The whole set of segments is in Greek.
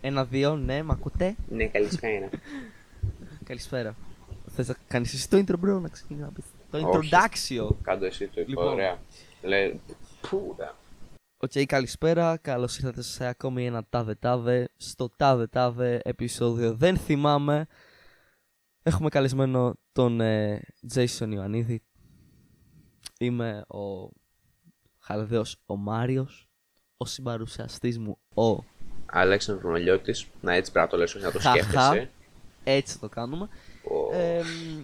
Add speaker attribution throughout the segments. Speaker 1: Ένα-δύο, ναι, μ' ακούτε.
Speaker 2: Ναι, καλησπέρα.
Speaker 1: Καλησπέρα. Θες να κάνεις εσύ το intro, bro, να ξεκινήσει. Το
Speaker 2: Όχι.
Speaker 1: introduction.
Speaker 2: Κάντο εσύ το είπα,
Speaker 1: Λοιπόν.
Speaker 2: ωραία. Λέει, πούρα.
Speaker 1: Οκ, καλησπέρα. Καλώς ήρθατε σε ακόμη ένα τάδε τάδε. Στο τάδε τάδε επεισόδιο δεν θυμάμαι. Έχουμε καλεσμένο τον ε, Jason Ιωαννίδη. Είμαι ο Χαλδαίος ο Μάριος. Ο συμπαρουσιαστής μου ο
Speaker 2: Αλέξανδρος Μελιώτης. Να έτσι πρέπει να το λες, όχι να το
Speaker 1: Χαχα.
Speaker 2: σκέφτεσαι.
Speaker 1: Έτσι το κάνουμε.
Speaker 2: Ο-
Speaker 1: Ε, μ,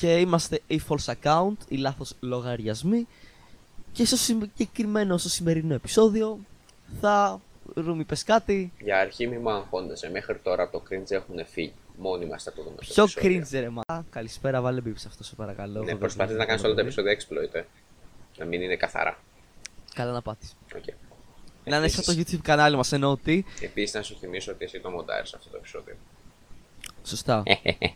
Speaker 1: και είμαστε η false account, οι λάθος λογαριασμοί. Και στο συγκεκριμένο, στο σημερινό επεισόδιο, θα ρούμι πες κάτι.
Speaker 2: Για αρχή μη μου αγχώνεσαι. Μέχρι τώρα από το cringe έχουν φύγει. Μόνοι μας από το δούμε.
Speaker 1: Πιο cringe ρε μα. Καλησπέρα, βάλε μπίπ σε αυτό σε παρακαλώ.
Speaker 2: Ναι,
Speaker 1: Δεν
Speaker 2: προσπαθεί
Speaker 1: βλέπω
Speaker 2: να κάνεις όλα τα
Speaker 1: πολύ.
Speaker 2: επεισόδια exploit, ε. Να μην είναι καθαρά.
Speaker 1: Καλά να πάτεις.
Speaker 2: Οκ.
Speaker 1: Να είναι σαν το YouTube κανάλι μας εννοώ ότι.
Speaker 2: Επίσης να σου θυμίσω ότι εσύ το μοντάρεις αυτό το επεισόδιο.
Speaker 1: Σωστά.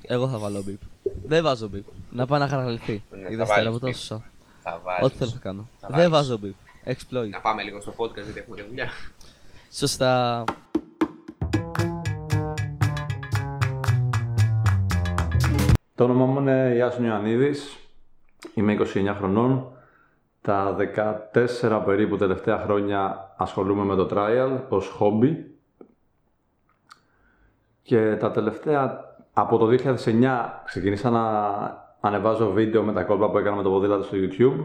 Speaker 1: Εγώ θα βάλω μπίπ. Δεν βάζω μπίπ. Να πάει να χαραλυθεί.
Speaker 2: Ναι, θα
Speaker 1: Είδα
Speaker 2: βάλεις
Speaker 1: από το
Speaker 2: μπιπ.
Speaker 1: σωστά.
Speaker 2: Θα
Speaker 1: Ό,τι θέλω
Speaker 2: βάλεις.
Speaker 1: θα κάνω.
Speaker 2: Θα
Speaker 1: Δεν
Speaker 2: βάλεις.
Speaker 1: βάζω μπίπ. Exploit.
Speaker 2: Να πάμε λίγο στο podcast γιατί έχουμε και δουλειά.
Speaker 1: Σωστά.
Speaker 3: Το όνομά μου είναι Ιάσον Ιωαννίδης, είμαι 29 χρονών. Τα 14 περίπου τελευταία χρόνια ασχολούμαι με το trial ως χόμπι. Και τα τελευταία, από το 2009 ξεκίνησα να ανεβάζω βίντεο με τα κόλπα που έκανα με το ποδήλατο στο YouTube.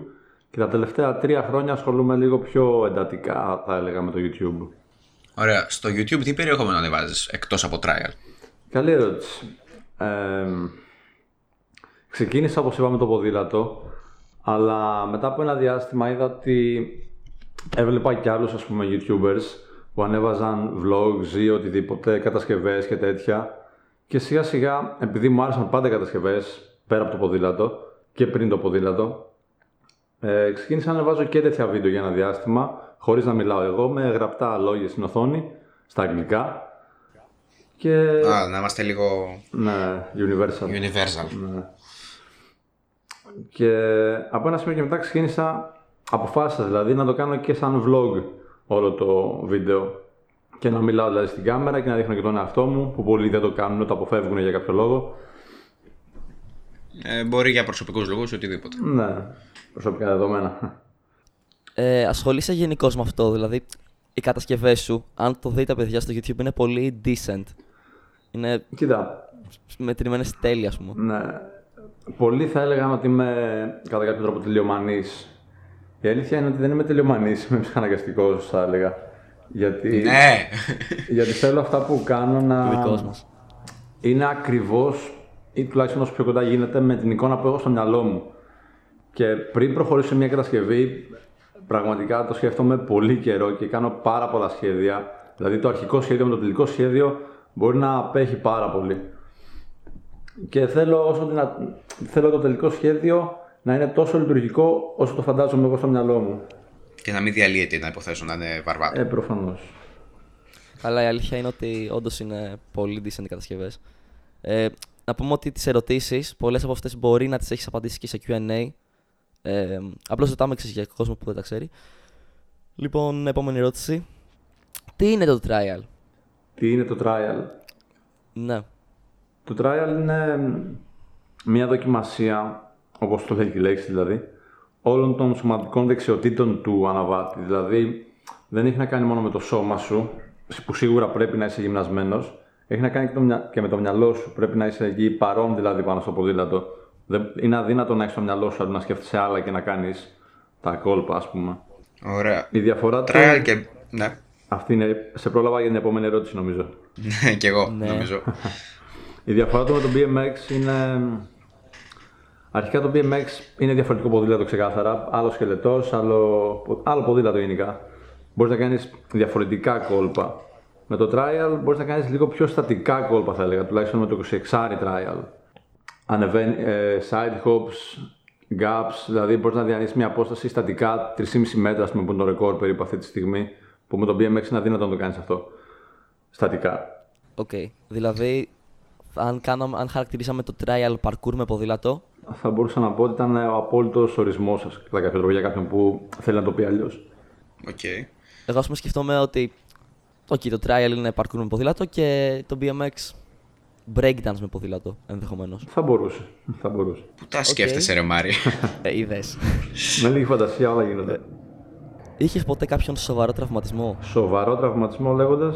Speaker 3: Και τα τελευταία τρία χρόνια ασχολούμαι λίγο πιο εντατικά, θα έλεγα, με το YouTube.
Speaker 2: Ωραία, στο YouTube τι περιεχόμενο ανεβάζεις εκτός από trial.
Speaker 3: Καλή ερώτηση. Ε, ξεκίνησα όπως είπαμε το ποδήλατο, αλλά μετά από ένα διάστημα είδα ότι έβλεπα κι άλλους ας πούμε youtubers που ανέβαζαν vlogs ή οτιδήποτε, κατασκευές και τέτοια και σιγά σιγά επειδή μου άρεσαν πάντα οι κατασκευές πέρα από το ποδήλατο και πριν το ποδήλατο ε, ξεκίνησα να ανεβάζω και τέτοια βίντεο για ένα διάστημα χωρίς να μιλάω εγώ με γραπτά λόγια στην οθόνη στα αγγλικά και
Speaker 2: Α, να είμαστε λίγο
Speaker 3: ναι, Universal.
Speaker 2: universal.
Speaker 3: Ναι. Και από ένα σημείο και μετά ξεκίνησα, αποφάσισα δηλαδή να το κάνω και σαν vlog όλο το βίντεο. Και να μιλάω δηλαδή στην κάμερα και να δείχνω και τον εαυτό μου, που πολλοί δεν το κάνουν, το αποφεύγουν για κάποιο λόγο.
Speaker 2: Ε, μπορεί για προσωπικούς λόγους οτιδήποτε.
Speaker 3: Ναι, προσωπικά δεδομένα.
Speaker 1: Ε, ασχολείσαι γενικώς με αυτό, δηλαδή οι κατασκευές σου, αν το δείτε παιδιά στο YouTube, είναι πολύ decent. Είναι
Speaker 3: Κοίτα,
Speaker 1: μετρημένε τέλεια, ας πούμε.
Speaker 3: Ναι. Πολλοί θα έλεγαν ότι είμαι κατά κάποιο τρόπο τελειομανής. Η αλήθεια είναι ότι δεν είμαι τελειομανής, είμαι ψυχαναγκαστικός, θα έλεγα. Γιατί,
Speaker 2: Ναι!
Speaker 3: γιατί θέλω αυτά που κάνω να.
Speaker 1: Δικός μας.
Speaker 3: Είναι ακριβώς ή τουλάχιστον όσο πιο κοντά γίνεται με την εικόνα που έχω στο μυαλό μου. Και πριν προχωρήσω σε μια κατασκευή, πραγματικά το σκέφτομαι πολύ καιρό και κάνω πάρα πολλά σχέδια. Δηλαδή το αρχικό σχέδιο με το τελικό σχέδιο μπορεί να απέχει πάρα πολύ. Και θέλω, όσο δυνα... θέλω το τελικό σχέδιο να είναι τόσο λειτουργικό όσο το φαντάζομαι εγώ στο μυαλό μου.
Speaker 2: και να μην διαλύεται να υποθέσω να είναι βαρβάτο.
Speaker 3: Ε, προφανώς.
Speaker 1: Αλλά η αλήθεια είναι ότι όντως είναι πολύ decent οι κατασκευές. Ε, να πούμε ότι τις ερωτήσεις, πολλές από αυτές μπορεί να τις έχεις απαντήσει και σε QA. Ε, Απλώς ρωτάμε εξής για κόσμο που δεν τα ξέρει. Λοιπόν, επόμενη ερώτηση. Τι είναι το trial,
Speaker 3: Τι είναι το trial.
Speaker 1: Ναι.
Speaker 3: Το trial είναι μια δοκιμασία, όπως το λέει και η λέξη δηλαδή, όλων των σωματικών δεξιοτήτων του αναβάτη. Δηλαδή, δεν έχει να κάνει μόνο με το σώμα σου, που σίγουρα πρέπει να είσαι γυμνασμένος, έχει να κάνει και, το μυα- και με το μυαλό σου. Πρέπει να είσαι εκεί παρόν δηλαδή πάνω στο ποδήλατο. Δεν... Είναι αδύνατο να έχεις το μυαλό σου αντί να σκέφτεσαι άλλα και να κάνεις τα κόλπα, ας πούμε.
Speaker 4: Ωραία.
Speaker 3: Η διαφορά του...
Speaker 4: Trial και. Ναι,
Speaker 3: Αυτή είναι... Σε πρόλαβα για την επόμενη ερώτηση νομίζω.
Speaker 4: ναι, κι εγώ
Speaker 1: Ναι.
Speaker 4: νομίζω.
Speaker 3: Η διαφορά του με το BMX είναι. Αρχικά το BMX είναι διαφορετικό ποδήλατο ξεκάθαρα. Άλλο σκελετός, άλλο, άλλο ποδήλατο γενικά. Μπορείς να κάνεις διαφορετικά κόλπα. Με το trial μπορείς να κάνεις λίγο πιο στατικά κόλπα, θα έλεγα, τουλάχιστον με το 26 trial. Ανεβαίνει ε, side hops, gaps, δηλαδή μπορείς να διανύσει μια απόσταση στατικά 3,5 μέτρα, ας πούμε, που είναι το ρεκόρ περίπου αυτή τη στιγμή. Που με το BMX είναι αδύνατο να το κάνεις αυτό. Στατικά.
Speaker 1: Οκ. Δηλαδή, αν, κάναμε, αν χαρακτηρίσαμε το trial parkour με ποδήλατο,
Speaker 3: θα μπορούσα να πω ότι ήταν ο απόλυτος ορισμός σας κατά κάποιο τρόπο για κάποιον που θέλει να το πει αλλιώς.
Speaker 4: Οκ.
Speaker 1: εγώ ας πούμε σκεφτόμαι ότι Οκ, το trial είναι parkour με ποδήλατο και το BMX breakdance με ποδήλατο ενδεχομένως.
Speaker 3: Θα μπορούσε. Θα μπορούσε.
Speaker 4: Πού τα σκέφτεσαι, ρε Μάρι.
Speaker 1: ε, είδες.
Speaker 3: Με λίγη φαντασία όλα γίνονται.
Speaker 1: Είχες ποτέ κάποιον σοβαρό τραυματισμό.
Speaker 3: Σοβαρό τραυματισμό λέγοντας.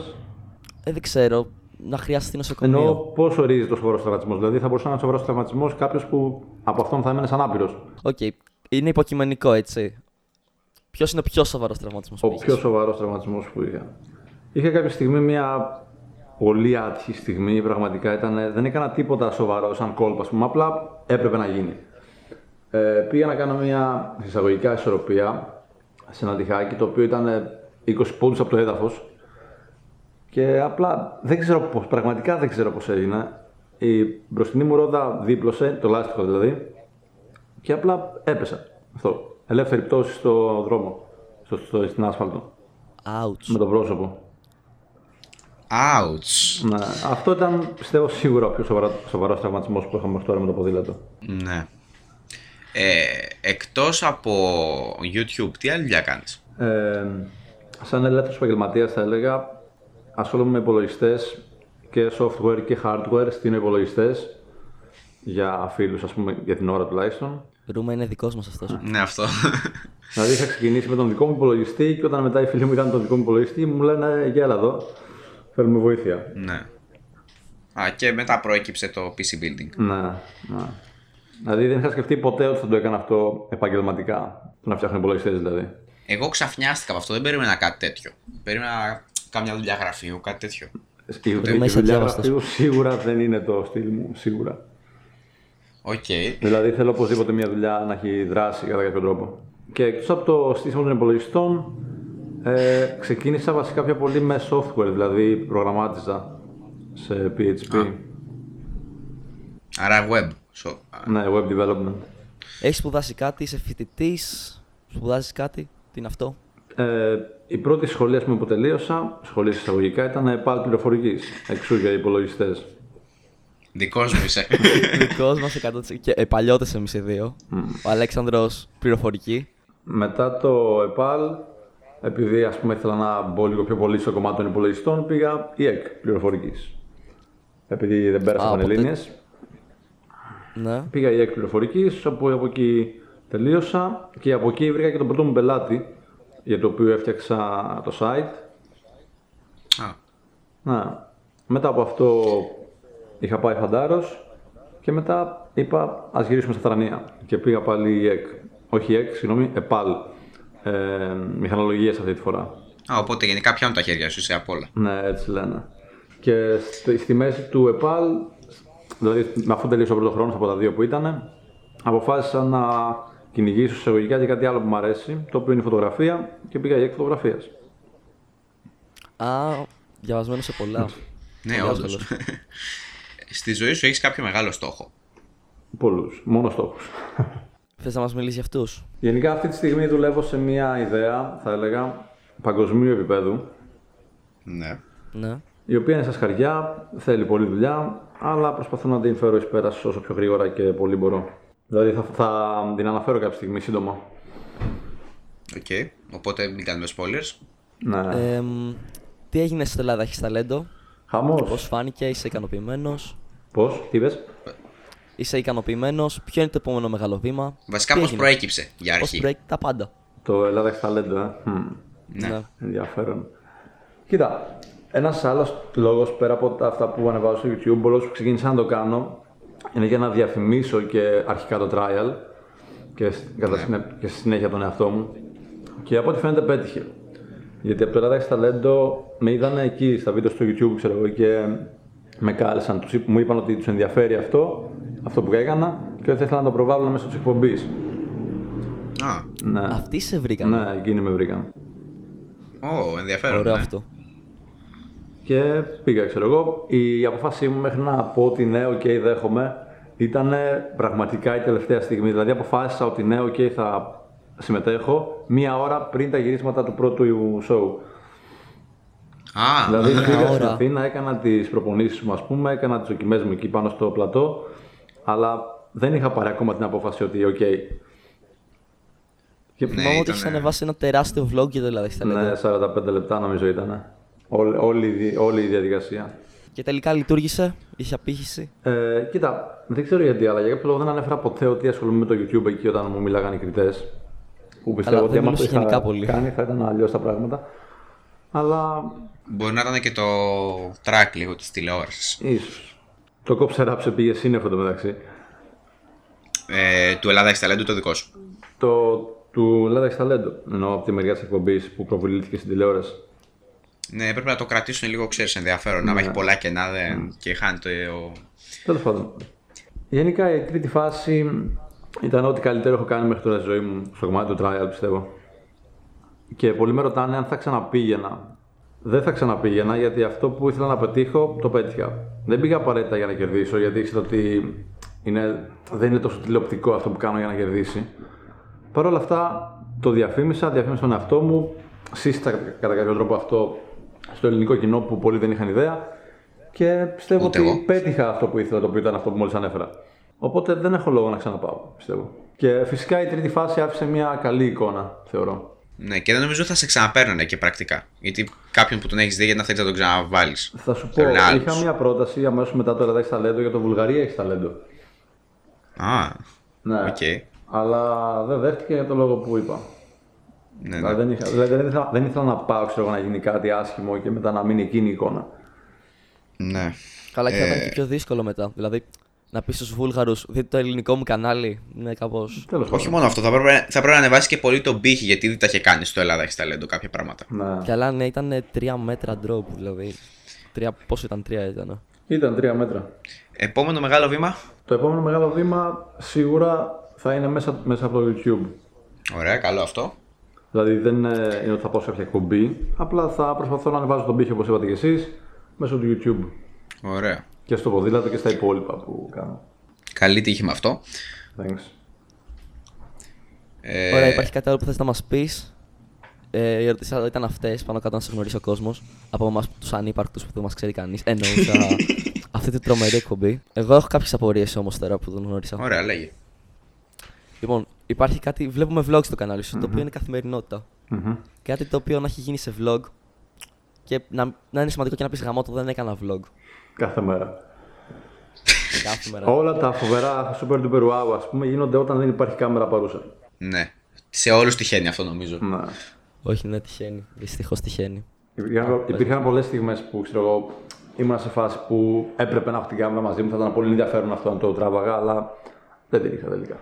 Speaker 1: Ε, δεν ξέρω. Να χρειαστεί νοσοκομείο.
Speaker 3: Εννοώ πώς ορίζεις το σοβαρό τραυματισμό. Δηλαδή θα μπορούσε να είναι σοβαρός τραυματισμό κάποιος που από αυτόν θα έμενε ανάπηρο.
Speaker 1: Οκ, είναι υποκειμενικό έτσι. Ποιος είναι ο πιο σοβαρός τραυματισμό
Speaker 3: Ο πιο σοβαρός τραυματισμό που είχα. Είχα κάποια στιγμή μια πολύ άτυχη στιγμή. Πραγματικά ήταν. ε, Δεν έκανα τίποτα σοβαρό σαν κόλπα, ας πούμε. Απλά έπρεπε να γίνει. Ε, πήγα να κάνω μια εισαγωγικά ισορροπία σε ένα τυχάκι το οποίο ήταν ε, 20 πόντους από το έδαφος. Και απλά δεν ξέρω πώς, πραγματικά δεν ξέρω πώς έγινε. Η μπροστινή μου ρόδα δίπλωσε, το λάστιχο δηλαδή, και απλά έπεσα. Αυτό. Ελεύθερη πτώση στο δρόμο, στο, στο, στην άσφαλτο,
Speaker 1: Ouch.
Speaker 3: με το πρόσωπο.
Speaker 4: Άουτ.
Speaker 3: Ναι. Αυτό ήταν πιστεύω σίγουρα ο πιο σοβαρός τραυματισμός που είχαμε μέχρι τώρα με το ποδήλατο.
Speaker 4: Ναι. Ε, εκτός από YouTube, τι άλλη δουλειά κάνεις.
Speaker 3: Ε, σαν ελεύθερος επαγγελματίας, θα έλεγα, ασχολούμαι με υπολογιστές και software και hardware. Στείνω υπολογιστές για φίλους, ας πούμε, για την ώρα τουλάχιστον.
Speaker 1: Ρούμα είναι δικός μας αυτός.
Speaker 4: Ναι, αυτό.
Speaker 3: Δηλαδή είχα ξεκινήσει με τον δικό μου υπολογιστή και όταν μετά οι φίλοι μου ήταν τον δικό μου υπολογιστή μου λένε «Ε, γέλα εδώ, θέλουμε βοήθεια.
Speaker 4: ναι. Α, και μετά προέκυψε το PC Building.
Speaker 3: Ναι, ναι. Δηλαδή δεν είχα σκεφτεί ποτέ ότι θα το έκανα αυτό επαγγελματικά. Το να φτιάχνω υπολογιστές δηλαδή.
Speaker 4: Εγώ ξαφνιάστηκα από αυτό, δεν περίμενα κάτι τέτοιο. Περίμενα κάμια δουλειά γραφείου, κάτι τέτοιο.
Speaker 3: Η, η
Speaker 1: είμαι
Speaker 3: δουλειά
Speaker 1: αδιάβαστος.
Speaker 3: γραφείου σίγουρα δεν είναι το στυλ μου, σίγουρα.
Speaker 4: Οκ.
Speaker 3: Δηλαδή θέλω οπωσδήποτε μια δουλειά να έχει δράση κατά κάποιο τρόπο. Και εκτός από το στήσιμο των υπολογιστών, ε, ξεκίνησα βασικά πιο πολύ με software, δηλαδή προγραμμάτιζα σε PHP.
Speaker 4: Άρα web. So,
Speaker 3: Ναι, web development.
Speaker 1: Έχεις σπουδάσει κάτι, είσαι φοιτητής. Σπουδάζεις κάτι. Τι είναι αυτό.
Speaker 3: Ε, η πρώτη σχολή ας πούμε, που τελείωσα, σχολή εισαγωγικά, ήταν ε, πάλι πληροφορικής. Εξού για υπολογιστές.
Speaker 4: δικός μου είσαι.
Speaker 1: Δικός μας 100%. Και ε, παλιότερε εμείς οι δύο. Ο Αλέξανδρος πληροφορική.
Speaker 3: Μετά το ΕΠΑΛ, επειδή ας πούμε ήθελα να μπω λίγο πιο πολύ στο κομμάτι των υπολογιστών, πήγα ΙΕΚ πληροφορικής. Επειδή δεν πέρασα
Speaker 1: Α, οπότε-
Speaker 3: πανελλήνιες,
Speaker 1: Ναι.
Speaker 3: πήγα ΙΕΚ πληροφορικής, όπου από εκεί τελείωσα και από εκεί βρήκα και τον πρώτο μου πελάτη, για το οποίο έφτιαξα το site.
Speaker 4: Α,
Speaker 3: Να. Μετά από αυτό είχα πάει φαντάρος και μετά είπα ας γυρίσουμε στα Θρανία και πήγα πάλι ΕΚ. Όχι ΕΚ, συγγνώμη, ΕΠΑΛ. Ε, μηχανολογίες αυτή τη φορά.
Speaker 4: Α, οπότε γενικά πιάνουν τα χέρια σου, είσαι απ' όλα.
Speaker 3: Ναι, έτσι λένε. Και στη, στη μέση του ΕΠΑΛ, δηλαδή αφού τελείωσε ο πρώτος χρόνος από τα δύο που ήταν, αποφάσισα να κυνηγήσω εισαγωγικά και κάτι άλλο που μου αρέσει, το οποίο είναι η φωτογραφία και πήγα ΙΕΚ φωτογραφίας.
Speaker 1: Α, διαβασμένος σε πολλά.
Speaker 4: Ναι,
Speaker 1: Καλός,
Speaker 4: όντως.
Speaker 1: καλός.
Speaker 4: Στη ζωή σου έχεις κάποιο μεγάλο στόχο.
Speaker 3: Πολλούς, μόνο στόχους.
Speaker 1: Θες να μας μιλήσεις για αυτούς.
Speaker 3: Γενικά αυτή τη στιγμή δουλεύω σε μια ιδέα, θα έλεγα, παγκοσμίου επίπεδου,
Speaker 4: Ναι.
Speaker 1: Ναι.
Speaker 3: η οποία είναι στα σκαριά, θέλει πολλή δουλειά, αλλά προσπαθώ να την φέρω εις πέρας όσο πιο γρήγορα και πολύ μπορώ. Δηλαδή θα, θα την αναφέρω κάποια στιγμή σύντομα.
Speaker 4: Οκ. Οπότε μην κάνουμε spoilers.
Speaker 3: Ναι.
Speaker 1: Εμ, τι έγινε στην Ελλάδα, έχεις ταλέντο. Πώ
Speaker 3: Χαμός.
Speaker 1: φάνηκε, είσαι ικανοποιημένος.
Speaker 3: Πώς, τι είπες.
Speaker 1: Είσαι ικανοποιημένος. Ποιο είναι το επόμενο μεγάλο βήμα.
Speaker 4: Βασικά
Speaker 1: Τι
Speaker 4: πώς
Speaker 1: έγινε?
Speaker 4: προέκυψε για
Speaker 1: Πώς
Speaker 4: αρχή.
Speaker 1: break, τα πάντα.
Speaker 3: Το Ελλάδα έχει ταλέντο, ε. Μμμ.
Speaker 1: Ναι.
Speaker 3: Ενδιαφέρον. Κοίτα, ένας άλλος λόγος πέρα από τα, αυτά που ανεβάζω στο YouTube, ο λόγο που ξεκίνησα να το κάνω είναι για να διαφημίσω και αρχικά το trial και, σ- κατά συνέ- και στη συνέχεια τον εαυτό μου. Και από ό,τι φαίνεται πέτυχε. Γιατί από το Ελλάδα έχει ταλέντο με είδαν εκεί στα βίντεο στο YouTube, ξέρω εγώ, και με κάλεσαν. Τους, είπ- μου είπαν ότι τους ενδιαφέρει αυτό, αυτό που έκανα και ότι θα ήθελα να το προβάλλουν μέσα της εκπομπής.
Speaker 4: Α,
Speaker 3: Ναι.
Speaker 1: Αυτοί σε βρήκαν.
Speaker 3: ναι, εκείνοι με βρήκαν.
Speaker 4: ω, ενδιαφέρον.
Speaker 1: Ωραίο
Speaker 4: ναι.
Speaker 1: αυτό.
Speaker 3: Και πήγα, ξέρω εγώ. Η αποφάσή μου μέχρι να πω ότι ναι, οκ, δέχομαι, ήταν πραγματικά η τελευταία στιγμή. Δηλαδή, αποφάσισα ότι ναι, οκ, θα συμμετέχω μία ώρα πριν τα γυρίσματα του πρώτου show.
Speaker 4: Α,
Speaker 3: Δηλαδή, πήγα στην
Speaker 1: ώρα.
Speaker 3: Αθήνα, έκανα τις προπονήσεις μου, ας πούμε, έκανα τις δοκιμές μου εκεί πάνω στο πλατό, αλλά δεν είχα πάρει ακόμα την απόφαση ότι οκ.
Speaker 1: Θυμάμαι ότι
Speaker 4: ήταν-
Speaker 1: έχει ανεβάσει ένα τεράστιο vlog για το Ελλάδα έχει ταλέντο.
Speaker 3: Ναι, 45 λεπτά νομίζω ήταν. Όλη, όλη, η δι- όλη η διαδικασία.
Speaker 1: Και τελικά λειτουργήσε, είχε απήχηση.
Speaker 3: Ε, κοίτα, δεν ξέρω γιατί, αλλά για κάποιο λόγο δεν ανέφερα ποτέ ότι ασχολούμαι με το YouTube εκεί όταν μου μιλάγανε οι κριτές. Που πιστεύω
Speaker 1: Αλλά
Speaker 3: ότι
Speaker 1: δεν
Speaker 3: άμα το
Speaker 1: μιλούσε
Speaker 3: είχα
Speaker 1: γενικά πολύ.
Speaker 3: κάνει θα ήταν αλλιώς τα πράγματα. Αλλά
Speaker 4: Μπορεί να ήταν και το track λίγο της τηλεόρασης.
Speaker 3: ίσως. Το κόψε ράψε πήγε σύννεφο το μεταξύ.
Speaker 4: Ε, του Ελλάδα έχεις ταλέντο το δικό σου.
Speaker 3: Το του Λάδαξ Ταλέντο. Εννοώ από τη μεριά της εκπομπής που προβολήθηκε στην τηλεόραση.
Speaker 4: Ναι, πρέπει να το κρατήσουν λίγο, ξέρεις, ενδιαφέρον. Άμα έχει πολλά κενά δεν... και χάνει το.
Speaker 3: Τέλος πάντων. Γενικά η τρίτη φάση ήταν ό,τι καλύτερο έχω κάνει μέχρι τώρα στη ζωή μου στο κομμάτι του trial, πιστεύω. Και πολλοί με ρωτάνε αν θα ξαναπήγαινα. Δεν θα ξαναπήγαινα γιατί αυτό που ήθελα να πετύχω το πέτυχα. Δεν πήγα απαραίτητα για να κερδίσω γιατί ήξερα ότι είναι, δεν είναι τόσο τηλεοπτικό αυτό που κάνω για να κερδίσει. Παρ' όλα αυτά το διαφήμισα, διαφήμισα τον εαυτό μου, σύστα κατά κάποιο τρόπο αυτό στο ελληνικό κοινό που πολλοί δεν είχαν ιδέα και πιστεύω
Speaker 4: Ούτε
Speaker 3: ότι
Speaker 4: εγώ.
Speaker 3: πέτυχα αυτό που ήθελα, το οποίο ήταν αυτό που μόλις ανέφερα. Οπότε δεν έχω λόγο να ξαναπάω, πιστεύω. Και φυσικά η τρίτη φάση άφησε μια καλή εικόνα, θεωρώ.
Speaker 4: Ναι, και δεν νομίζω θα σε ξαναπέρνανε και πρακτικά. Γιατί κάποιον που τον έχεις δει, γιατί να θέλεις να τον ξαναβάλεις.
Speaker 3: Θα σου πω,
Speaker 4: Πρέπει να άλλους.
Speaker 3: είχα μια πρόταση αμέσως μετά το Ελλάδα έχει ταλέντο για το Βουλγαρία έχεις ταλέντο.
Speaker 4: Α,
Speaker 3: Ναι.
Speaker 4: οκ.
Speaker 3: Αλλά δεν δέχτηκε για τον λόγο που είπα.
Speaker 4: Ναι,
Speaker 3: Δηλαδή
Speaker 4: ναι.
Speaker 3: δεν, είχα, δηλαδή δεν, ήθελα, δεν ήθελα να πάω ξέρω, εγώ, να γίνει κάτι άσχημο και μετά να μείνει εκείνη η εικόνα.
Speaker 4: ναι.
Speaker 1: Καλά, και θα ήταν και πιο δύσκολο μετά. Δηλαδή, να πεις στους Βούλγαρους, δείτε το ελληνικό μου κανάλι. Ναι, κάπως.
Speaker 3: Τέλος
Speaker 4: Όχι μόνο αυτό, θα πρέπει, θα πρέπει να ανεβάσει και πολύ τον πύχη γιατί δεν τα είχε κάνει στο Ελλάδα έχεις ταλέντο κάποια πράγματα.
Speaker 3: Ναι.
Speaker 1: Καλά, ναι, ήταν τρία μέτρα drop, δηλαδή. Τρία, πόσο ήταν, τρία ήταν. ε.
Speaker 3: Ήταν τρία μέτρα.
Speaker 4: Επόμενο μεγάλο βήμα.
Speaker 3: Το επόμενο μεγάλο βήμα σίγουρα θα είναι μέσα, μέσα από το YouTube.
Speaker 4: Ωραία, καλό αυτό.
Speaker 3: Δηλαδή δεν ε, είναι ότι θα πάω σε κάποια εκπομπή, απλά θα προσπαθώ να ανεβάζω τον πύχη όπως είπατε και εσείς μέσω του YouTube.
Speaker 4: Ωραία.
Speaker 3: Και στο ποδήλατο και στα υπόλοιπα που κάνω.
Speaker 4: Καλή τύχη με αυτό.
Speaker 3: Thanks.
Speaker 4: Ε,
Speaker 1: Ωραία, υπάρχει κάτι άλλο που θες να μας πεις. Ε, οι ερωτήσεις ήταν αυτές, πάνω κάτω να σε γνωρίσει ο κόσμος. Από εμάς τους ανύπαρκτους που δεν μας ξέρει κανείς. Εννοούσα αυτή τη τρομερή εκπομπή. Εγώ έχω κάποιες απορίες όμως τώρα που δεν γνώρισα.
Speaker 4: Ωραία, λέγε.
Speaker 1: Λοιπόν, υπάρχει κάτι, βλέπουμε vlog στο κανάλι σου, το οποίο είναι καθημερινότητα. Κάτι το οποίο να έχει γίνει σε vlog και να, να είναι σημαντικό και να πεις γαμώτο δεν έκανα vlog.
Speaker 3: Κάθε μέρα.
Speaker 1: Κάθε μέρα.
Speaker 3: Όλα τα φοβερά super duper wow ας πούμε γίνονται όταν δεν υπάρχει κάμερα παρούσα.
Speaker 4: Ναι. Σε όλους τυχαίνει αυτό νομίζω.
Speaker 3: Ναι.
Speaker 1: Όχι, ναι, τυχαίνει. Δυστυχώς τυχαίνει.
Speaker 3: Υπήρχαν, υπήρχαν πολλές στιγμές που ξέρω εγώ, ήμουν σε φάση που έπρεπε να έχω την κάμερα μαζί μου. Θα ήταν πολύ ενδιαφέρον αυτό να το τράβαγα, αλλά δεν την είχα τελικά.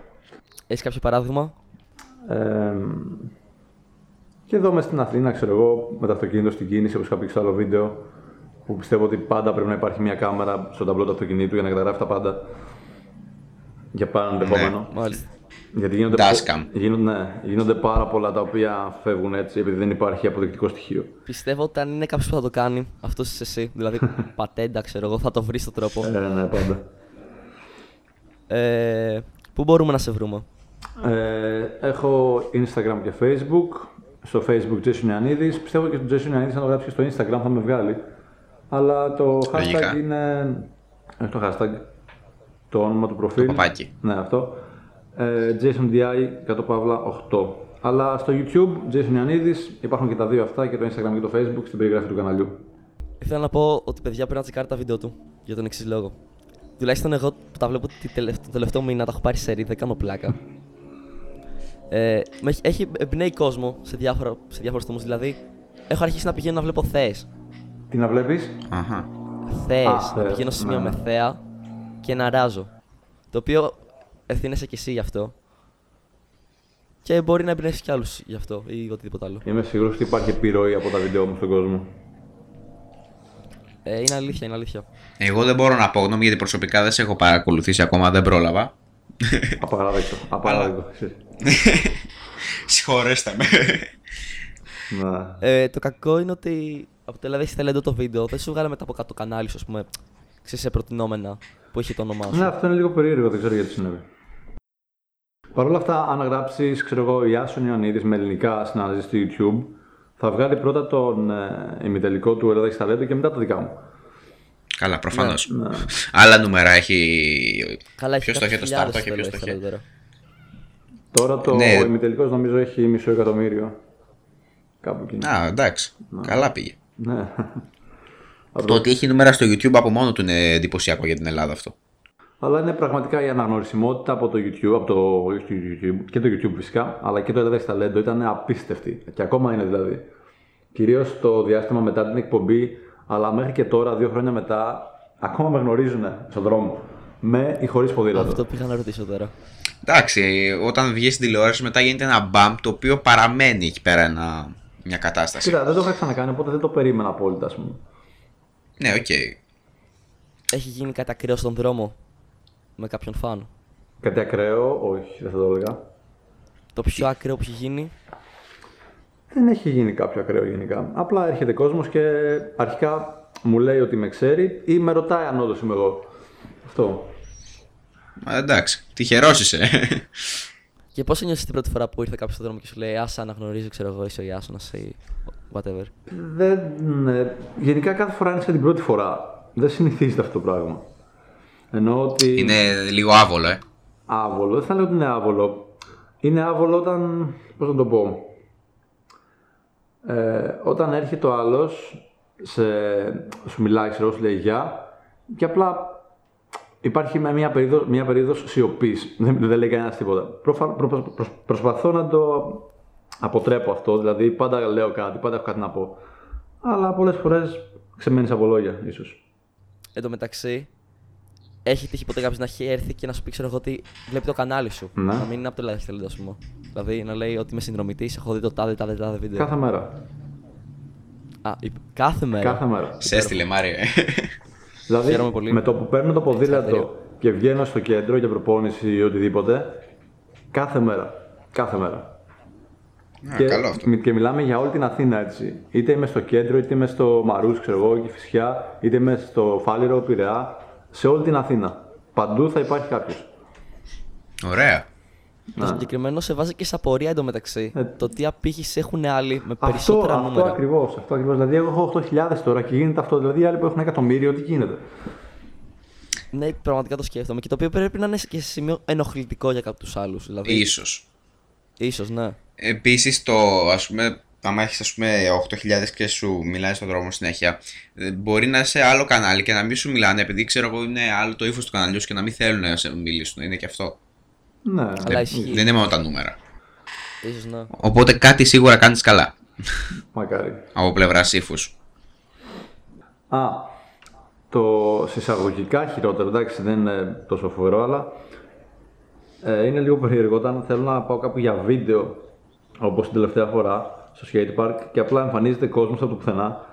Speaker 1: Έχεις κάποιο παράδειγμα.
Speaker 3: Ε, και εδώ μέσα στην Αθήνα, ξέρω εγώ, με το αυτοκίνητο στην κίνηση, όπως είχα πει και στο άλλο βίντεο, που πιστεύω ότι πάντα πρέπει να υπάρχει μια κάμερα στο ταμπλό του αυτοκινήτου για να καταγράφει τα πάντα. Για πάνω ενδεχόμενο.
Speaker 1: Μάλιστα.
Speaker 3: Γιατί γίνονται,
Speaker 4: Dashcam.
Speaker 3: γίνονται, ναι, γίνονται πάρα πολλά τα οποία φεύγουν έτσι επειδή δεν υπάρχει αποδεικτικό στοιχείο.
Speaker 1: Πιστεύω όταν είναι κάποιος που θα το κάνει, αυτό είσαι εσύ. Δηλαδή, πατέντα, ξέρω εγώ, θα το βρεις τον τρόπο.
Speaker 3: Ε, ναι, πάντα.
Speaker 1: Ε, πού μπορούμε να σε βρούμε.
Speaker 3: Ε, έχω Instagram και Facebook. Στο Facebook Jason Ιαννίδης. Πιστεύω και στο Jason Ιαννίδης αν το γράψεις και στο Instagram θα με βγάλει. Αλλά το hashtag
Speaker 4: Λογικά.
Speaker 3: είναι... ε, Το hashtag. Το όνομα του προφίλ.
Speaker 4: Το παπάκι.
Speaker 3: Ναι, αυτό. Ε, JasonDI κάτω παύλα 8. Αλλά στο YouTube, Jason Ιαννίδης, υπάρχουν και τα δύο αυτά και το Instagram και το Facebook στην περιγραφή του καναλιού.
Speaker 1: Ήθελα να πω ότι παιδιά πρέπει να τσεκάρει τα βίντεο του για τον εξής λόγο. Τουλάχιστον εγώ που τα βλέπω τη τελευ- τον τελευταίο μήνα τα έχω πάρει σε ρί, δεν κάνω πλάκα. Ε, με έχει- έχει εμπνέει κόσμο σε, διάφορα, σε διάφορους τομούς, δηλαδή έχω αρχίσει να πηγαίνω να βλέπω θέες.
Speaker 3: Τι να βλέπεις?
Speaker 4: Αχα.
Speaker 1: Θέες,
Speaker 3: Α,
Speaker 1: να
Speaker 3: θέες,
Speaker 1: πηγαίνω σε σημείο
Speaker 3: ναι.
Speaker 1: με θέα και να ράζω. Το οποίο ευθύνεσαι κι εσύ γι' αυτό. Και μπορεί να εμπνεύσεις κι άλλους γι' αυτό ή οτιδήποτε άλλο.
Speaker 3: Είμαι σίγουρος ότι υπάρχει επιρροή από τα βίντεο μου στον κόσμο.
Speaker 1: Ε, είναι αλήθεια, είναι αλήθεια.
Speaker 4: Εγώ δεν μπορώ να πω γνώμη γιατί προσωπικά δεν σε έχω παρακολουθήσει ακόμα, δεν πρόλαβα.
Speaker 3: Απαράδεκτο. Απαράδεκτο. ξέρεις.
Speaker 4: Συγχωρέστε με.
Speaker 3: Ναι.
Speaker 1: Ε, το κακό είναι ότι από το Ελλάδα έχεις ταλέντο το βίντεο, δεν σου βγάλε μετά από κάτω το κανάλι σου, ας πούμε. Ξέρεις, σε προτινόμενα που έχει το όνομά σου.
Speaker 3: Ναι, αυτό είναι λίγο περίεργο, δεν ξέρω γιατί συνέβη. Παρ' όλα αυτά, αν γράψεις, ξέρω εγώ, Ιάσον Ιωαννίδη με ελληνικά συνάντησης στο YouTube, θα βγάλει πρώτα τον ε, ημιτελικό του Ελλάδα έχει ταλέντο και μετά τα δικά μου.
Speaker 4: Καλά, προφανώ. Άλλα νούμερα έχει.
Speaker 1: Ναι, Καλά, έχει
Speaker 4: ποιος το είχε
Speaker 1: κάποιες
Speaker 4: το
Speaker 1: χιλιάδες
Speaker 4: start, το είχε, ποιος
Speaker 1: στο
Speaker 4: το
Speaker 1: Ελλάδα
Speaker 4: είχε.
Speaker 1: τώρα.
Speaker 3: Τώρα το
Speaker 4: Ναι.
Speaker 3: ναι. ημιτελικός νομίζω έχει μισό εκατομμύριο. Κάπου εκεί.
Speaker 4: Α, εντάξει. Καλά πήγε.
Speaker 3: Ναι.
Speaker 4: Το ότι έχει νούμερα στο YouTube από μόνο του είναι εντυπωσιακό για την Ελλάδα αυτό.
Speaker 3: Αλλά είναι πραγματικά η αναγνωρισιμότητα από το YouTube, από το YouTube και το YouTube φυσικά, αλλά και το Ελλάδα Ταλέντο ήταν απίστευτη. Και ακόμα είναι δηλαδή. Κυρίως το διάστημα μετά την εκπομπή, αλλά μέχρι και τώρα, δύο χρόνια μετά, ακόμα με γνωρίζουν στον δρόμο. Με ή χωρίς ποδήλατο.
Speaker 1: Αυτό πήγα να ρωτήσω τώρα.
Speaker 4: Εντάξει, όταν βγεις στην τηλεόραση μετά γίνεται ένα bump το οποίο παραμένει εκεί πέρα ένα, μια κατάσταση.
Speaker 3: Κοίτα, δεν το είχα ξανακάνει, οπότε δεν το περίμενα απόλυτα, ας πούμε.
Speaker 4: Ναι, οκ.
Speaker 1: Έχει γίνει κατά κρύο στον δρόμο με κάποιον φαν.
Speaker 3: Κάτι ακραίο, όχι, δεν θα το έλεγα.
Speaker 1: Το πιο ακραίο που έχει γίνει.
Speaker 3: Δεν έχει γίνει κάποιο ακραίο γενικά. Απλά έρχεται κόσμος και αρχικά μου λέει ότι με ξέρει ή με ρωτάει αν όντως είμαι εγώ. Αυτό.
Speaker 4: Μα, εντάξει, τυχερός είσαι.
Speaker 1: Και πώς νιώθει την πρώτη φορά που ήρθε κάποιος στον δρόμο και σου λέει Άσα να γνωρίζω, ξέρω εγώ, είσαι ο Ιάσονας ή whatever.
Speaker 3: Δεν, ναι. Γενικά κάθε φορά είναι σαν την πρώτη φορά. Δεν συνηθίζεται αυτό το πράγμα. Ενώ ότι.
Speaker 4: είναι λίγο άβολο, ε.
Speaker 3: Άβολο. Δεν θα λέω ότι είναι άβολο. Είναι άβολο όταν. Πώς να το πω. Ε, όταν έρχεται ο άλλος, σου μιλάει, ξέρω, σου λέει γεια, και απλά υπάρχει μια- μια περίοδος μια περίοδος σιωπής. Δεν, δεν λέει κανένας τίποτα. Προφα- προ- προ- προσ- προσπαθώ να το αποτρέπω αυτό, δηλαδή πάντα λέω κάτι, πάντα έχω κάτι να πω. Αλλά πολλές φορές ξεμένεις από λόγια, ίσως.
Speaker 1: Εν τω μεταξύ, έχει τύχει ποτέ κάποιος να έχει έρθει και να σου πει: Ξέρω εγώ ότι βλέπει το κανάλι σου.
Speaker 3: Ναι.
Speaker 1: Να μην είναι από το ελάχιστο α πούμε. Δηλαδή να λέει ότι είμαι συνδρομητής, έχω δει το τάδε, τάδε, τάδε βίντεο.
Speaker 3: Κάθε μέρα.
Speaker 1: Α, υπ- κάθε μέρα.
Speaker 3: Κάθε μέρα.
Speaker 4: Σε έστειλε, Μάριο. ε.
Speaker 3: Δηλαδή,
Speaker 1: Χαίρομαι πολύ.
Speaker 3: με το που παίρνω το ποδήλατο
Speaker 1: Συγχαρητήρια.
Speaker 3: και βγαίνω στο κέντρο για προπόνηση ή οτιδήποτε, κάθε μέρα. Κάθε μέρα.
Speaker 4: Α,
Speaker 3: και,
Speaker 4: Καλό αυτό.
Speaker 3: μι- και μιλάμε για όλη την Αθήνα έτσι. Είτε είμαι στο κέντρο, είτε είμαι στο Μαρούς, ξέρω εγώ, και Φυσιά, είτε είμαι στο Φάληρο, Πειραιά. Σε όλη την Αθήνα. Παντού θα υπάρχει κάποιος.
Speaker 4: Ωραία.
Speaker 1: Το συγκεκριμένο σε βάζει και σε απορία εντωμεταξύ.
Speaker 3: ναι. Ε.
Speaker 1: Το τι απήχησης έχουν άλλοι με
Speaker 3: Αυτό,
Speaker 1: περισσότερα
Speaker 3: αυτό
Speaker 1: νούμερα.
Speaker 3: ακριβώς. Αυτό ακριβώς. Δηλαδή, εγώ έχω 8.000 τώρα και γίνεται αυτό. Δηλαδή, οι άλλοι που έχουν εκατομμύριο, τι γίνεται.
Speaker 1: Ναι, πραγματικά το σκέφτομαι. Και το οποίο πρέπει να είναι και σε σημείο ενοχλητικό για κάποιους άλλους. Δηλαδή,
Speaker 4: Ίσως.
Speaker 1: ίσως, ναι.
Speaker 4: Επίσης, το ας πούμε, άμα έχεις 8.000 και σου μιλάει στον δρόμο συνέχεια, ε, μπορεί να είσαι άλλο κανάλι και να μην σου μιλάνε, επειδή ξέρω εγώ είναι άλλο το ύφος του καναλιού σου και να μην θέλουν να σε μιλήσουν. Είναι και αυτό.
Speaker 3: Ναι.
Speaker 1: Αλλά ισχύει.
Speaker 4: Δεν είναι μόνο τα νούμερα.
Speaker 1: Ίσως ναι.
Speaker 4: Οπότε κάτι σίγουρα κάνεις καλά
Speaker 3: Μακάρι.
Speaker 4: από πλευράς ύφους.
Speaker 3: Α, το συσσαγωγικά χειρότερο, εντάξει δεν είναι τόσο φοβερό, αλλά ε, είναι λίγο περίεργο όταν θέλω να πάω κάπου για βίντεο, όπως την τελευταία φορά, στο skate park και απλά εμφανίζεται κόσμος από το πουθενά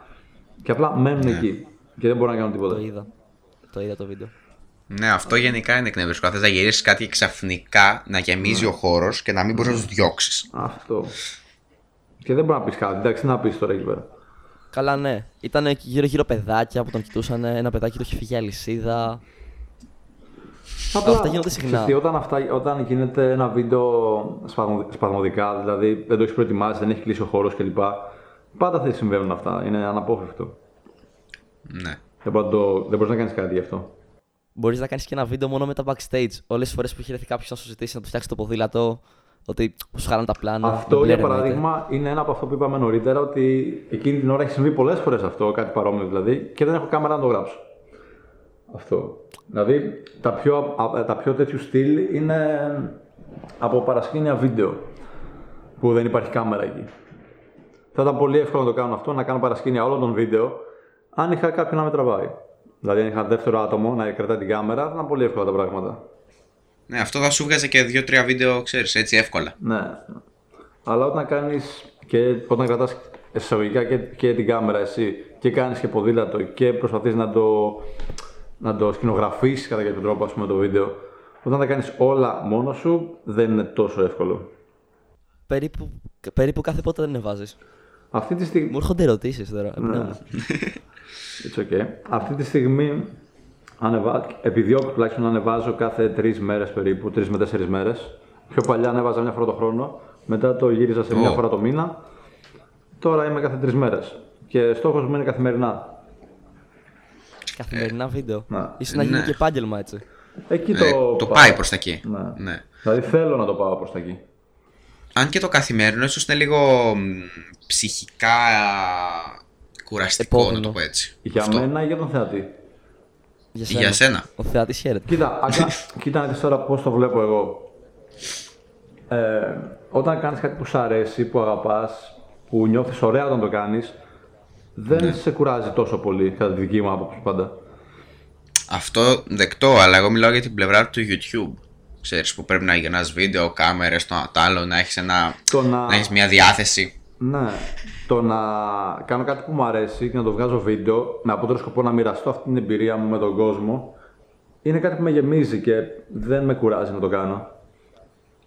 Speaker 3: και απλά μένουν εκεί και δεν μπορώ να κάνω τίποτα.
Speaker 1: Ναι. Το είδα. Το είδα το βίντεο.
Speaker 4: Ναι, αυτό γενικά είναι εκνευριστικό. Θες να γυρίσεις κάτι και ξαφνικά να γεμίζει ο χώρος και να μην μπορείς να τους διώξεις.
Speaker 3: Αυτό. Και δεν μπορεί να πεις κάτι, εντάξει, τι να πεις τώρα εκεί πέρα.
Speaker 1: Καλά, ναι. Ήταν γύρω-γύρω παιδάκια που τον κοιτούσαν. Ένα παιδάκι του είχε φύγει η αλυσίδα. Αυτά γίνονται συχνά.
Speaker 3: ξέρεις τι, όταν, αυτά, όταν γίνεται ένα βίντεο σπασμω- σπασμωδικά, δηλαδή δεν το έχεις προετοιμάσει, δεν έχει κλείσει ο χώρος κλπ. Πάντα θα συμβαίνουν αυτά. Είναι αναπόφευκτο.
Speaker 4: Ναι.
Speaker 3: Δεν, μπορείς να το, δεν μπορείς να κάνεις κάτι γι' αυτό.
Speaker 1: Μπορείς να κάνεις και ένα βίντεο μόνο με τα backstage. Όλες τις φορές που έχει έρθει κάποιος να σου ζητήσει να του φτιάξει το ποδήλατο, ότι σου χάλανε τα πλάνα.
Speaker 3: αυτό
Speaker 1: δεν
Speaker 3: για
Speaker 1: μπλέρνετε.
Speaker 3: παράδειγμα είναι ένα από αυτό που είπαμε νωρίτερα ότι εκείνη την ώρα έχει συμβεί πολλές φορές αυτό, κάτι παρόμοιο δηλαδή, και δεν έχω κάμερα να το γράψω. Αυτό. Δηλαδή τα πιο, α- τα πιο τέτοιου στυλ είναι από παρασκήνια βίντεο που δεν υπάρχει κάμερα εκεί. Θα ήταν πολύ εύκολο να το κάνω αυτό, να κάνω παρασκήνια όλων των βίντεο, αν είχα κάποιον να με τραβάει. Δηλαδή, αν είχα δεύτερο άτομο να κρατάει την κάμερα, θα ήταν πολύ εύκολα τα πράγματα.
Speaker 4: ναι, αυτό θα σου βγάζει και δύο-τρία βίντεο, ξέρεις, έτσι εύκολα.
Speaker 3: Ναι. Αλλά όταν κάνεις και όταν κρατάς εισαγωγικά και, και την κάμερα εσύ και κάνεις και ποδήλατο και προσπαθείς να το, να το σκηνογραφήσεις κατά κάποιο τρόπο, ας πούμε, το βίντεο. Όταν τα κάνεις όλα μόνος σου, δεν είναι τόσο εύκολο.
Speaker 1: Περίπου, περίπου κάθε πότε δεν ανεβάζεις.
Speaker 3: Αυτή τη στιγμή.
Speaker 1: Μου έρχονται ερωτήσεις τώρα.
Speaker 3: Ναι.
Speaker 1: επνέομαι.
Speaker 3: It's okay. Αυτή τη στιγμή ανεβα... επιδιώκω τουλάχιστον να ανεβάζω κάθε τρεις μέρες περίπου, τρεις με τέσσερις μέρες. Πιο παλιά ανέβαζα μια φορά το χρόνο, μετά το γύριζα σε μια
Speaker 4: Ω.
Speaker 3: φορά το μήνα. Τώρα είμαι κάθε τρεις μέρες. Και στόχος μου είναι καθημερινά.
Speaker 1: Καθημερινά βίντεο.
Speaker 3: να.
Speaker 1: Ίσως να γίνει
Speaker 4: Ναι.
Speaker 1: και επάγγελμα έτσι.
Speaker 3: Εκεί
Speaker 4: Ε,
Speaker 3: το.
Speaker 4: το
Speaker 3: πάω.
Speaker 4: πάει προς τα εκεί.
Speaker 3: Ναι.
Speaker 4: Ναι.
Speaker 3: Δηλαδή θέλω να το πάω προς τα εκεί.
Speaker 4: Αν και το καθημερινό ίσως είναι λίγο μ, ψυχικά κουραστικό,
Speaker 1: Επώδυνο.
Speaker 4: να το πω έτσι.
Speaker 3: Για
Speaker 4: Αυτό.
Speaker 3: μένα ή για τον θεατή.
Speaker 1: Για
Speaker 4: Για σένα.
Speaker 1: Ο θεάτης χαίρεται.
Speaker 3: Κοίτα, ακα... κοίτα να δεις τώρα πώς το βλέπω εγώ. Ε, όταν κάνεις κάτι που σ' αρέσει, που αγαπάς, που νιώθεις ωραία όταν το κάνεις, δεν σε κουράζει τόσο πολύ, κατά τη δική μου άποψη πάντα.
Speaker 4: Αυτό δεκτό, αλλά εγώ μιλάω για την πλευρά του YouTube. Ξέρεις που πρέπει να γεννάς βίντεο, κάμερες, το ένα το άλλο, να έχεις, ένα...
Speaker 3: Το να-
Speaker 4: να έχεις μια διάθεση.
Speaker 3: Ναι, το να κάνω κάτι που μου αρέσει και να το βγάζω βίντεο, με αποτέλεσμα σκοπό να μοιραστώ αυτή την εμπειρία μου με τον κόσμο, είναι κάτι που με γεμίζει και δεν με κουράζει να το κάνω.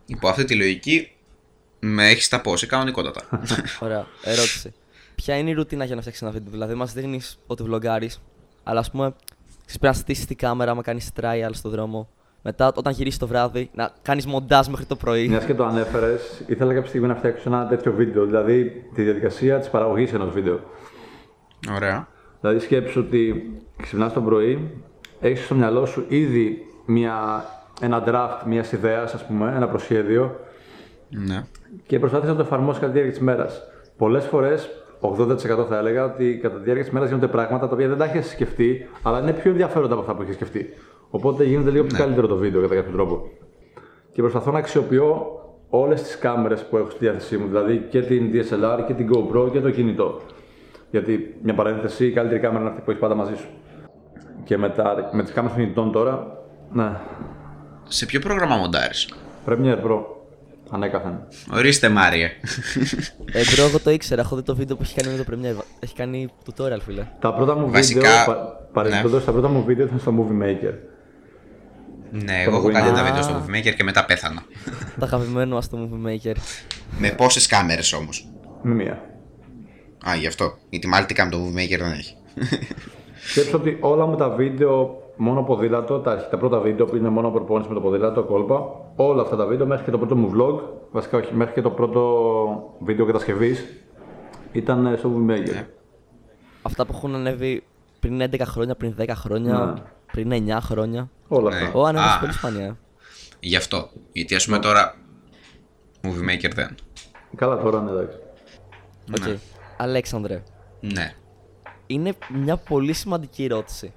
Speaker 4: Υπό αυτή τη λογική με έχεις τα πόση κανονικότατα.
Speaker 1: Ωραία. Ερώτηση. Ποια είναι η ρουτίνα για να φτιάξεις ένα βίντεο. Δηλαδή, μας δείχνεις ότι βλογγάρει, αλλά ας πούμε, ξέρεις, πρέπει να στήσεις την κάμερα, άμα κάνεις trial στον δρόμο. Μετά, όταν γυρίσεις το βράδυ, να κάνεις μοντάζ μέχρι το πρωί.
Speaker 3: Μιας και το ανέφερες, ήθελα κάποια στιγμή να φτιάξω ένα τέτοιο βίντεο, δηλαδή τη διαδικασία της παραγωγής ενός βίντεο.
Speaker 4: Ωραία.
Speaker 3: Δηλαδή, σκέψου ότι ξυπνάς το πρωί, έχεις στο μυαλό σου ήδη μια, ένα draft μιας ιδέας, ας πούμε, ένα προσχέδιο
Speaker 4: Ναι.
Speaker 3: και προσπάθησες να το εφαρμόσεις κατά τη διάρκεια της μέρας. Πολλές φορές, 80% θα έλεγα ότι κατά τη διάρκεια της μέρα γίνονται πράγματα τα οποία δεν τα έχει σκεφτεί, αλλά είναι πιο ενδιαφέροντα από αυτά που έχει σκεφτεί. Οπότε γίνεται λίγο πιο καλύτερο το βίντεο κατά κάποιο τρόπο. Και προσπαθώ να αξιοποιώ όλες τις κάμερες που έχω στη διάθεσή μου, δηλαδή και την DSLR και την GoPro και το κινητό. Γιατί μια παρένθεση, η καλύτερη κάμερα είναι αυτή που έχεις πάντα μαζί σου. Και με, τα, με τις κάμερες των κινητών τώρα, ναι,
Speaker 4: Σε ποιο πρόγραμμα μοντάρεις.
Speaker 3: Premiere Pro. Ανέκαθεν.
Speaker 4: Ορίστε Μάριε.
Speaker 1: Ε, bro, εγώ το ήξερα. Έχω δει το βίντεο που έχει κάνει με το Premiere. Έχει κάνει tutorial, φίλε.
Speaker 3: Τα πρώτα μου
Speaker 4: Βασικά,
Speaker 3: βίντεο,
Speaker 4: ναι.
Speaker 3: πα, παρεμπιπτόντως, τα πρώτα μου βίντεο ήταν στο Movie Maker.
Speaker 4: ναι, εγώ έχω
Speaker 3: Προβολή.
Speaker 4: κάνει τα βίντεο
Speaker 1: Α.
Speaker 4: στο Movie Maker και μετά πέθανα.
Speaker 1: Τα αγαπημένο μα το Movie Maker.
Speaker 4: με πόσες κάμερες όμως.
Speaker 3: Με μία.
Speaker 4: Α, γι' αυτό. Γιατί Multicam το Movie Maker δεν έχει.
Speaker 3: Σκέψω ότι όλα μου τα βίντεο μόνο ποδήλατο, τα, τα πρώτα βίντεο που είναι μόνο προπόνηση με το ποδήλατο, κόλπα, όλα αυτά τα βίντεο μέχρι και το πρώτο μου vlog, βασικά όχι, μέχρι και το πρώτο βίντεο κατασκευής, ήταν ε, στο Movie Maker.
Speaker 4: Ναι.
Speaker 1: Αυτά που έχουν ανέβει πριν 11 χρόνια, πριν 10 χρόνια,
Speaker 3: Ναι.
Speaker 1: πριν 9 χρόνια.
Speaker 3: Όλα
Speaker 4: Ναι.
Speaker 3: αυτά.
Speaker 1: Ω, ανέβασε
Speaker 4: Α.
Speaker 1: πολύ σπάνια. ε.
Speaker 4: Γι' αυτό. Γιατί ας πούμε τώρα. Movie Maker δεν.
Speaker 3: Καλά τώρα, ναι, εντάξει.
Speaker 1: Οκ. Αλέξανδρε,
Speaker 4: Ναι.
Speaker 1: είναι μια πολύ σημαντική ερώτηση.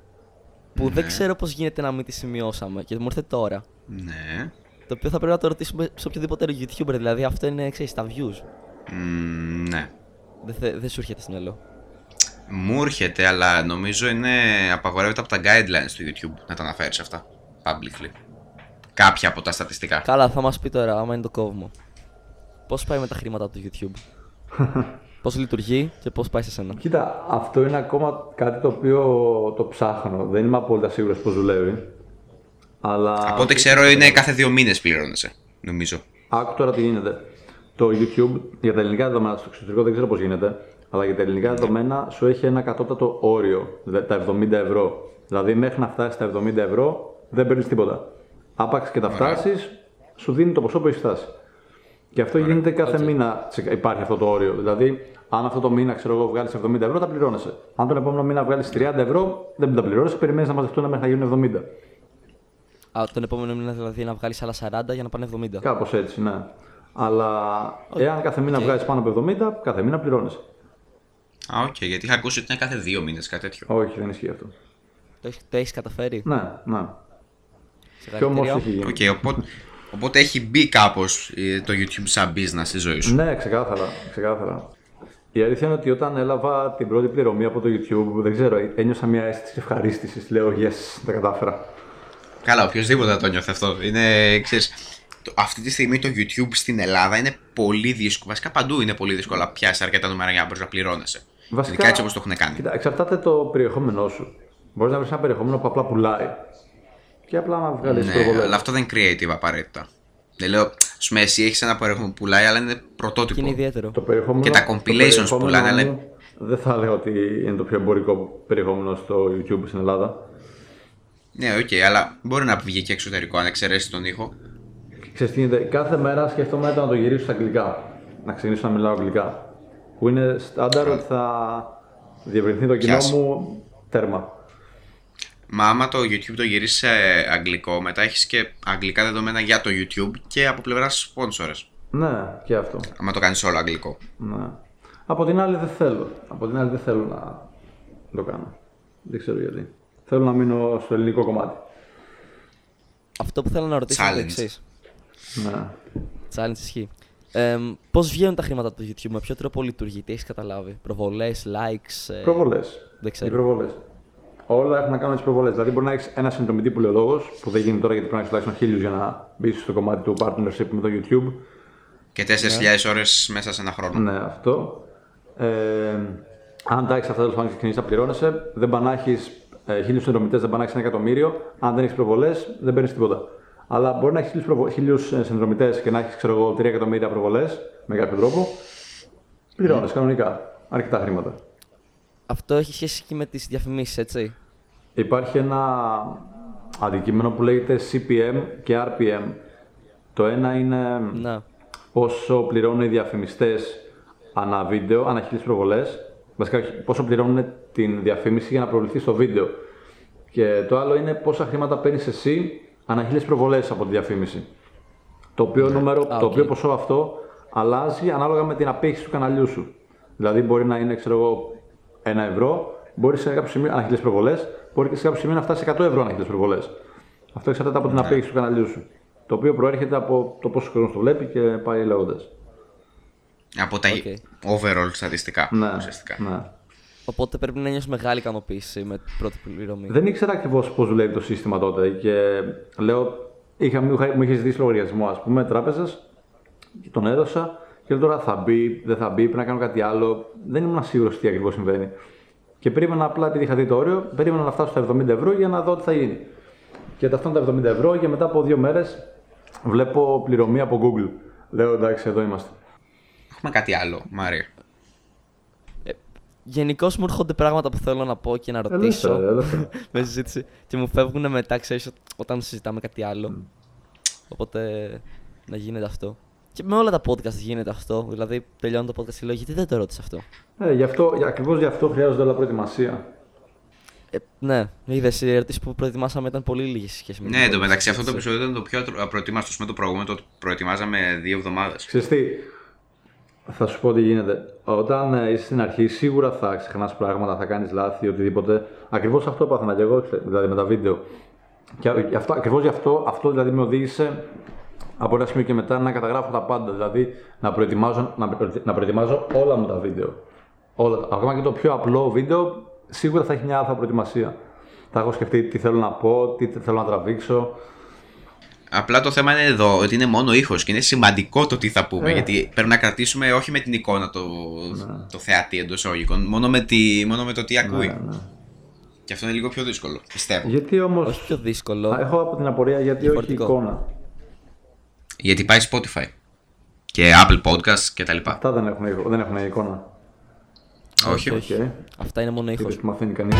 Speaker 1: Που δεν ξέρω πώς γίνεται να μην τη σημειώσαμε και μου ήρθε τώρα.
Speaker 4: Ναι.
Speaker 1: Το οποίο θα πρέπει να το ρωτήσουμε σε οποιοδήποτε YouTuber, δηλαδή αυτό είναι, ξέρεις, τα views.
Speaker 4: Μμμ, ναι.
Speaker 1: Δεν θε- δεν σου έρχεται στο μυαλό.
Speaker 4: Μου έρχεται, αλλά νομίζω είναι απαγορεύεται από τα guidelines του YouTube να τα αναφέρεις αυτά. Publicly. Κάποια από τα στατιστικά.
Speaker 1: Καλά, θα μας πει τώρα, άμα είναι το κόβουμε. Πώς πάει με τα χρήματα του YouTube, Πώς λειτουργεί και πώς πάει σε σένα.
Speaker 3: Κοίτα, αυτό είναι ακόμα κάτι το οποίο το ψάχνω. Δεν είμαι απόλυτα σίγουρος πώς δουλεύει. Αλλά.
Speaker 4: από ό,τι ξέρω είναι κάθε δύο μήνες πληρώνεσαι. Νομίζω.
Speaker 3: Άκου τώρα τι γίνεται. Το YouTube για τα ελληνικά δεδομένα, στο εξωτερικό δεν ξέρω πώς γίνεται, αλλά για τα ελληνικά δεδομένα σου έχει ένα κατώτατο όριο, δηλαδή τα 70 ευρώ. Δηλαδή μέχρι να φτάσεις τα 70 ευρώ δεν παίρνεις τίποτα. Άπαξ και τα φτάσεις, σου δίνει το ποσό που έχεις φτάσει. Και αυτό γίνεται κάθε μήνα τσε- υπάρχει αυτό το όριο. Δηλαδή, αν αυτό το μήνα ξέρω εγώ βγάλεις 70 ευρώ, τα πληρώνεσαι. Αν τον επόμενο μήνα βγάλεις 30 ευρώ, δεν τα πληρώνεσαι, περιμένεις να μαζευτούν μέχρι να γίνουν 70.
Speaker 1: Α, τον επόμενο μήνα δηλαδή να βγάλεις άλλα 40 για να πάνε 70.
Speaker 3: Κάπως έτσι, ναι. Αλλά εάν κάθε μήνα βγάζεις πάνω από 70, κάθε μήνα πληρώνει.
Speaker 4: Α, οκ, γιατί είχα ακούσει ότι είναι κάθε δύο μήνες κάτι τέτοιο.
Speaker 3: Όχι, δεν ισχύει αυτό.
Speaker 1: Το, έχ- το έχεις καταφέρει.
Speaker 3: Ναι, ναι. Και όμω
Speaker 1: Συγχαρητήρια.
Speaker 3: έχει γίνει.
Speaker 4: Οκ, οπότε, οπότε έχει μπει κάπως το YouTube σαν business στη ζωή σου.
Speaker 3: Ναι, ξεκάθαρα, ξεκάθαρα. Η αλήθεια είναι ότι όταν έλαβα την πρώτη πληρωμή από το YouTube, δεν ξέρω, ε, ένιωσα μια αίσθηση ευχαρίστησης. Λέω, yes, τα κατάφερα.
Speaker 4: Καλά, οποιοδήποτε το νιώθει αυτό. Είναι, ξέρεις, το, αυτή τη στιγμή το YouTube στην Ελλάδα είναι πολύ δύσκολο. Βασικά παντού είναι πολύ δύσκολο να πιάσεις αρκετά νούμερα για να μπορείς να πληρώνεσαι.
Speaker 3: Βασικά,
Speaker 4: Ειδικά έτσι όπως το έχουν κάνει.
Speaker 3: Κοίτα, εξαρτάται το περιεχόμενό σου. Μπορείς να βρεις ένα περιεχόμενο που απλά πουλάει. Και απλά να βγάλεις
Speaker 4: ναι,
Speaker 3: προβολέ.
Speaker 4: αλλά αυτό δεν είναι creative απαραίτητα. Δεν λέω, ας πούμε, εσύ έχεις ένα περιεχόμενο που πουλάει, αλλά είναι πρωτότυπο.
Speaker 1: Και είναι ιδιαίτερο.
Speaker 3: Το περιεχόμενο,
Speaker 4: Και τα
Speaker 3: το
Speaker 4: compilations
Speaker 3: περιεχόμενο
Speaker 4: που λένε, αλλά-
Speaker 3: μου Δεν θα λέω ότι είναι το πιο εμπορικό περιεχόμενο στο YouTube στην Ελλάδα.
Speaker 4: Ναι, οκ, αλλά μπορεί να βγει και εξωτερικό αν εξαιρέσει τον ήχο.
Speaker 3: Ξέρεις τι γίνεται, κάθε μέρα σκέφτομαι να το γυρίσω στα αγγλικά. Να ξεκινήσω να μιλάω αγγλικά. Που είναι στάνταρ ότι θα διευρυνθεί το κοινό
Speaker 4: Πιάσει.
Speaker 3: μου τέρμα.
Speaker 4: Μα άμα το YouTube το γυρίσεις σε αγγλικό, μετά έχεις και αγγλικά δεδομένα για το YouTube και από πλευράς sponsors.
Speaker 3: Ναι, και αυτό.
Speaker 4: Άμα το κάνεις όλο αγγλικό.
Speaker 3: Ναι. Από την άλλη δεν θέλω. Από την άλλη δεν θέλω να το κάνω. Δεν ξέρω γιατί. Θέλω να μείνω στο ελληνικό κομμάτι.
Speaker 1: Αυτό που θέλω να ρωτήσω είναι το
Speaker 4: Challenge.
Speaker 1: εξής.
Speaker 3: Ναι.
Speaker 1: Challenge ισχύει. Ε, Πώς βγαίνουν τα χρήματα του YouTube, με ποιο τρόπο λειτουργεί, τι έχεις καταλάβει. Προβολές, likes. ε,
Speaker 3: Προβολές.
Speaker 1: δεν ξέρω.
Speaker 3: Οι προβολές. Όλα έχουν να κάνουν με τις προβολές. Δηλαδή, μπορεί να έχεις ένα συνδρομητή που λέει λόγος, που δεν γίνεται τώρα γιατί πρέπει να έχεις τουλάχιστον χίλιους για να μπεις στο κομμάτι του partnership με το YouTube.
Speaker 4: Και 4.000 ώρες μέσα σε ένα χρόνο.
Speaker 3: Ναι, αυτό. Ε, αν τα έχεις αυτά, τέλος πάντων ξεκινήσεις να πληρώνεσαι. Δεν πάνε να έχει χίλιους συνδρομητές, δεν πάνε να έχει ένα εκατομμύριο. Αν δεν έχεις προβολές, δεν παίρνεις τίποτα. Αλλά μπορεί να έχεις χίλιους συνδρομητέ ε, και να έχεις, ξέρω εγώ, 3 εκατομμύρια προβολές με κάποιο τρόπο. Πληρώνεσαι κανονικά. Αρκετά χρήματα.
Speaker 1: Αυτό έχει σχέση και με τις διαφημίσεις, έτσι.
Speaker 3: Υπάρχει ένα αντικείμενο που λέγεται CPM και RPM. Το ένα είναι
Speaker 1: Να.
Speaker 3: πόσο πληρώνουν οι διαφημιστές ανά βίντεο, ανά χίλιες προβολές. Βασικά, όχι, πόσο πληρώνουν την διαφήμιση για να προβληθεί στο βίντεο. Και το άλλο είναι πόσα χρήματα παίρνεις εσύ ανά χίλιες προβολές από τη διαφήμιση. Το οποίο, νούμερο,
Speaker 1: Ναι. Α,
Speaker 3: το
Speaker 1: οκ.
Speaker 3: οποίο ποσό αυτό αλλάζει ανάλογα με την απήχηση του καναλιού σου. Δηλαδή μπορεί να είναι, ξέρω εγώ, ένα ευρώ, μπορεί σε κάποιο σημείο ανά χίλιες προβολές, μπορεί και σε κάποιο σημείο να φτάσει 100 ευρώ ανά χίλιες προβολές. Αυτό εξαρτάται από την
Speaker 1: Ναι.
Speaker 3: απήχηση του καναλιού σου. Το οποίο προέρχεται από το πόσο κόσμο το βλέπει και πάει λέγοντας.
Speaker 4: Από τα
Speaker 1: Οκ.
Speaker 4: overall στατιστικά
Speaker 3: Ναι,
Speaker 4: ουσιαστικά.
Speaker 3: ναι.
Speaker 1: Οπότε πρέπει να νιώσει μεγάλη ικανοποίηση με την πρώτη πληρωμή.
Speaker 3: Δεν ήξερα ακριβώς πώς δουλεύει το σύστημα τότε και λέω, είχα, μου, είχα, μου είχες ζητήσει λογαριασμό, ας πούμε, τράπεζας και τον έδωσα. Και λέω τώρα θα μπει, δεν θα μπει, πρέπει να κάνω κάτι άλλο. Δεν ήμουν σίγουρος τι ακριβώς συμβαίνει. Και περίμενα απλά, επειδή είχα δει το όριο, περίμενα να φτάσω στα 70 ευρώ για να δω τι θα γίνει. Και τα φτάνω τα 70 ευρώ και μετά από δύο μέρες βλέπω πληρωμή από Google. Λέω εντάξει, εδώ είμαστε.
Speaker 4: Έχουμε κάτι άλλο, Μάρια.
Speaker 1: Γενικώ μου έρχονται πράγματα που θέλω να πω και να ρωτήσω
Speaker 3: Ελεύθερα, ελεύθερα.
Speaker 1: με συζήτηση και μου φεύγουν μετά, ξέρεις, όταν συζητάμε κάτι άλλο. Οπότε να γίνεται αυτό. Και με όλα τα podcast γίνεται αυτό. Δηλαδή, τελειώνω το podcast και λέω γιατί δεν το ρώτησε αυτό.
Speaker 3: Ε, γι' αυτό, ακριβώς γι' αυτό χρειάζονται όλα προετοιμασία.
Speaker 1: Ε, ναι, είδες οι ερωτήσεις που προετοιμάσαμε ήταν πολύ λίγες σχέση με
Speaker 4: Ναι, εν τω
Speaker 1: podcast,
Speaker 4: μεταξύ αυτό το
Speaker 1: έτσι.
Speaker 4: επεισόδιο ήταν το πιο ατρο- απροετοίμαστο με το προηγούμενο, το προετοιμάζαμε δύο εβδομάδες.
Speaker 3: Ξέρεις τι, θα σου πω τι γίνεται. Όταν ε, είσαι στην αρχή, σίγουρα θα ξεχνάς πράγματα, θα κάνεις λάθη, οτιδήποτε. Ακριβώς αυτό έπαθα και εγώ, ξέρεις, δηλαδή με τα βίντεο. Και α- γι' αυτό, ακριβώς γι' αυτό, αυτό δηλαδή με οδήγησε από ένα σημείο και μετά να καταγράφω τα πάντα. Δηλαδή να προετοιμάζω, να, προε- να προετοιμάζω όλα μου τα βίντεο. Όλα, τα- ακόμα και το πιο απλό βίντεο, σίγουρα θα έχει μια άθα προετοιμασία. Θα έχω σκεφτεί τι θέλω να πω, τι θέλω να τραβήξω.
Speaker 4: Απλά το θέμα είναι εδώ, ότι είναι μόνο ήχος και είναι σημαντικό το τι θα πούμε.
Speaker 3: Ε.
Speaker 4: Γιατί πρέπει να κρατήσουμε όχι με την εικόνα το, το θεατή εντός εισαγωγικών, μόνο με, τη, μόνο με το τι ακούει. Και αυτό είναι λίγο πιο δύσκολο, πιστεύω.
Speaker 3: Γιατί όμως.
Speaker 1: Όχι πιο δύσκολο.
Speaker 3: Έχω από την απορία γιατί όχι
Speaker 1: Διαφορετικό.
Speaker 3: εικόνα.
Speaker 4: Γιατί πάει Spotify και Apple Podcasts κτλ.
Speaker 3: Αυτά δεν έχουν, εικο- δεν έχουν εικόνα.
Speaker 4: Όχι.
Speaker 3: Okay.
Speaker 1: Αυτά είναι μόνο ήχο.
Speaker 3: Είδες που μαθαίνει κανεί.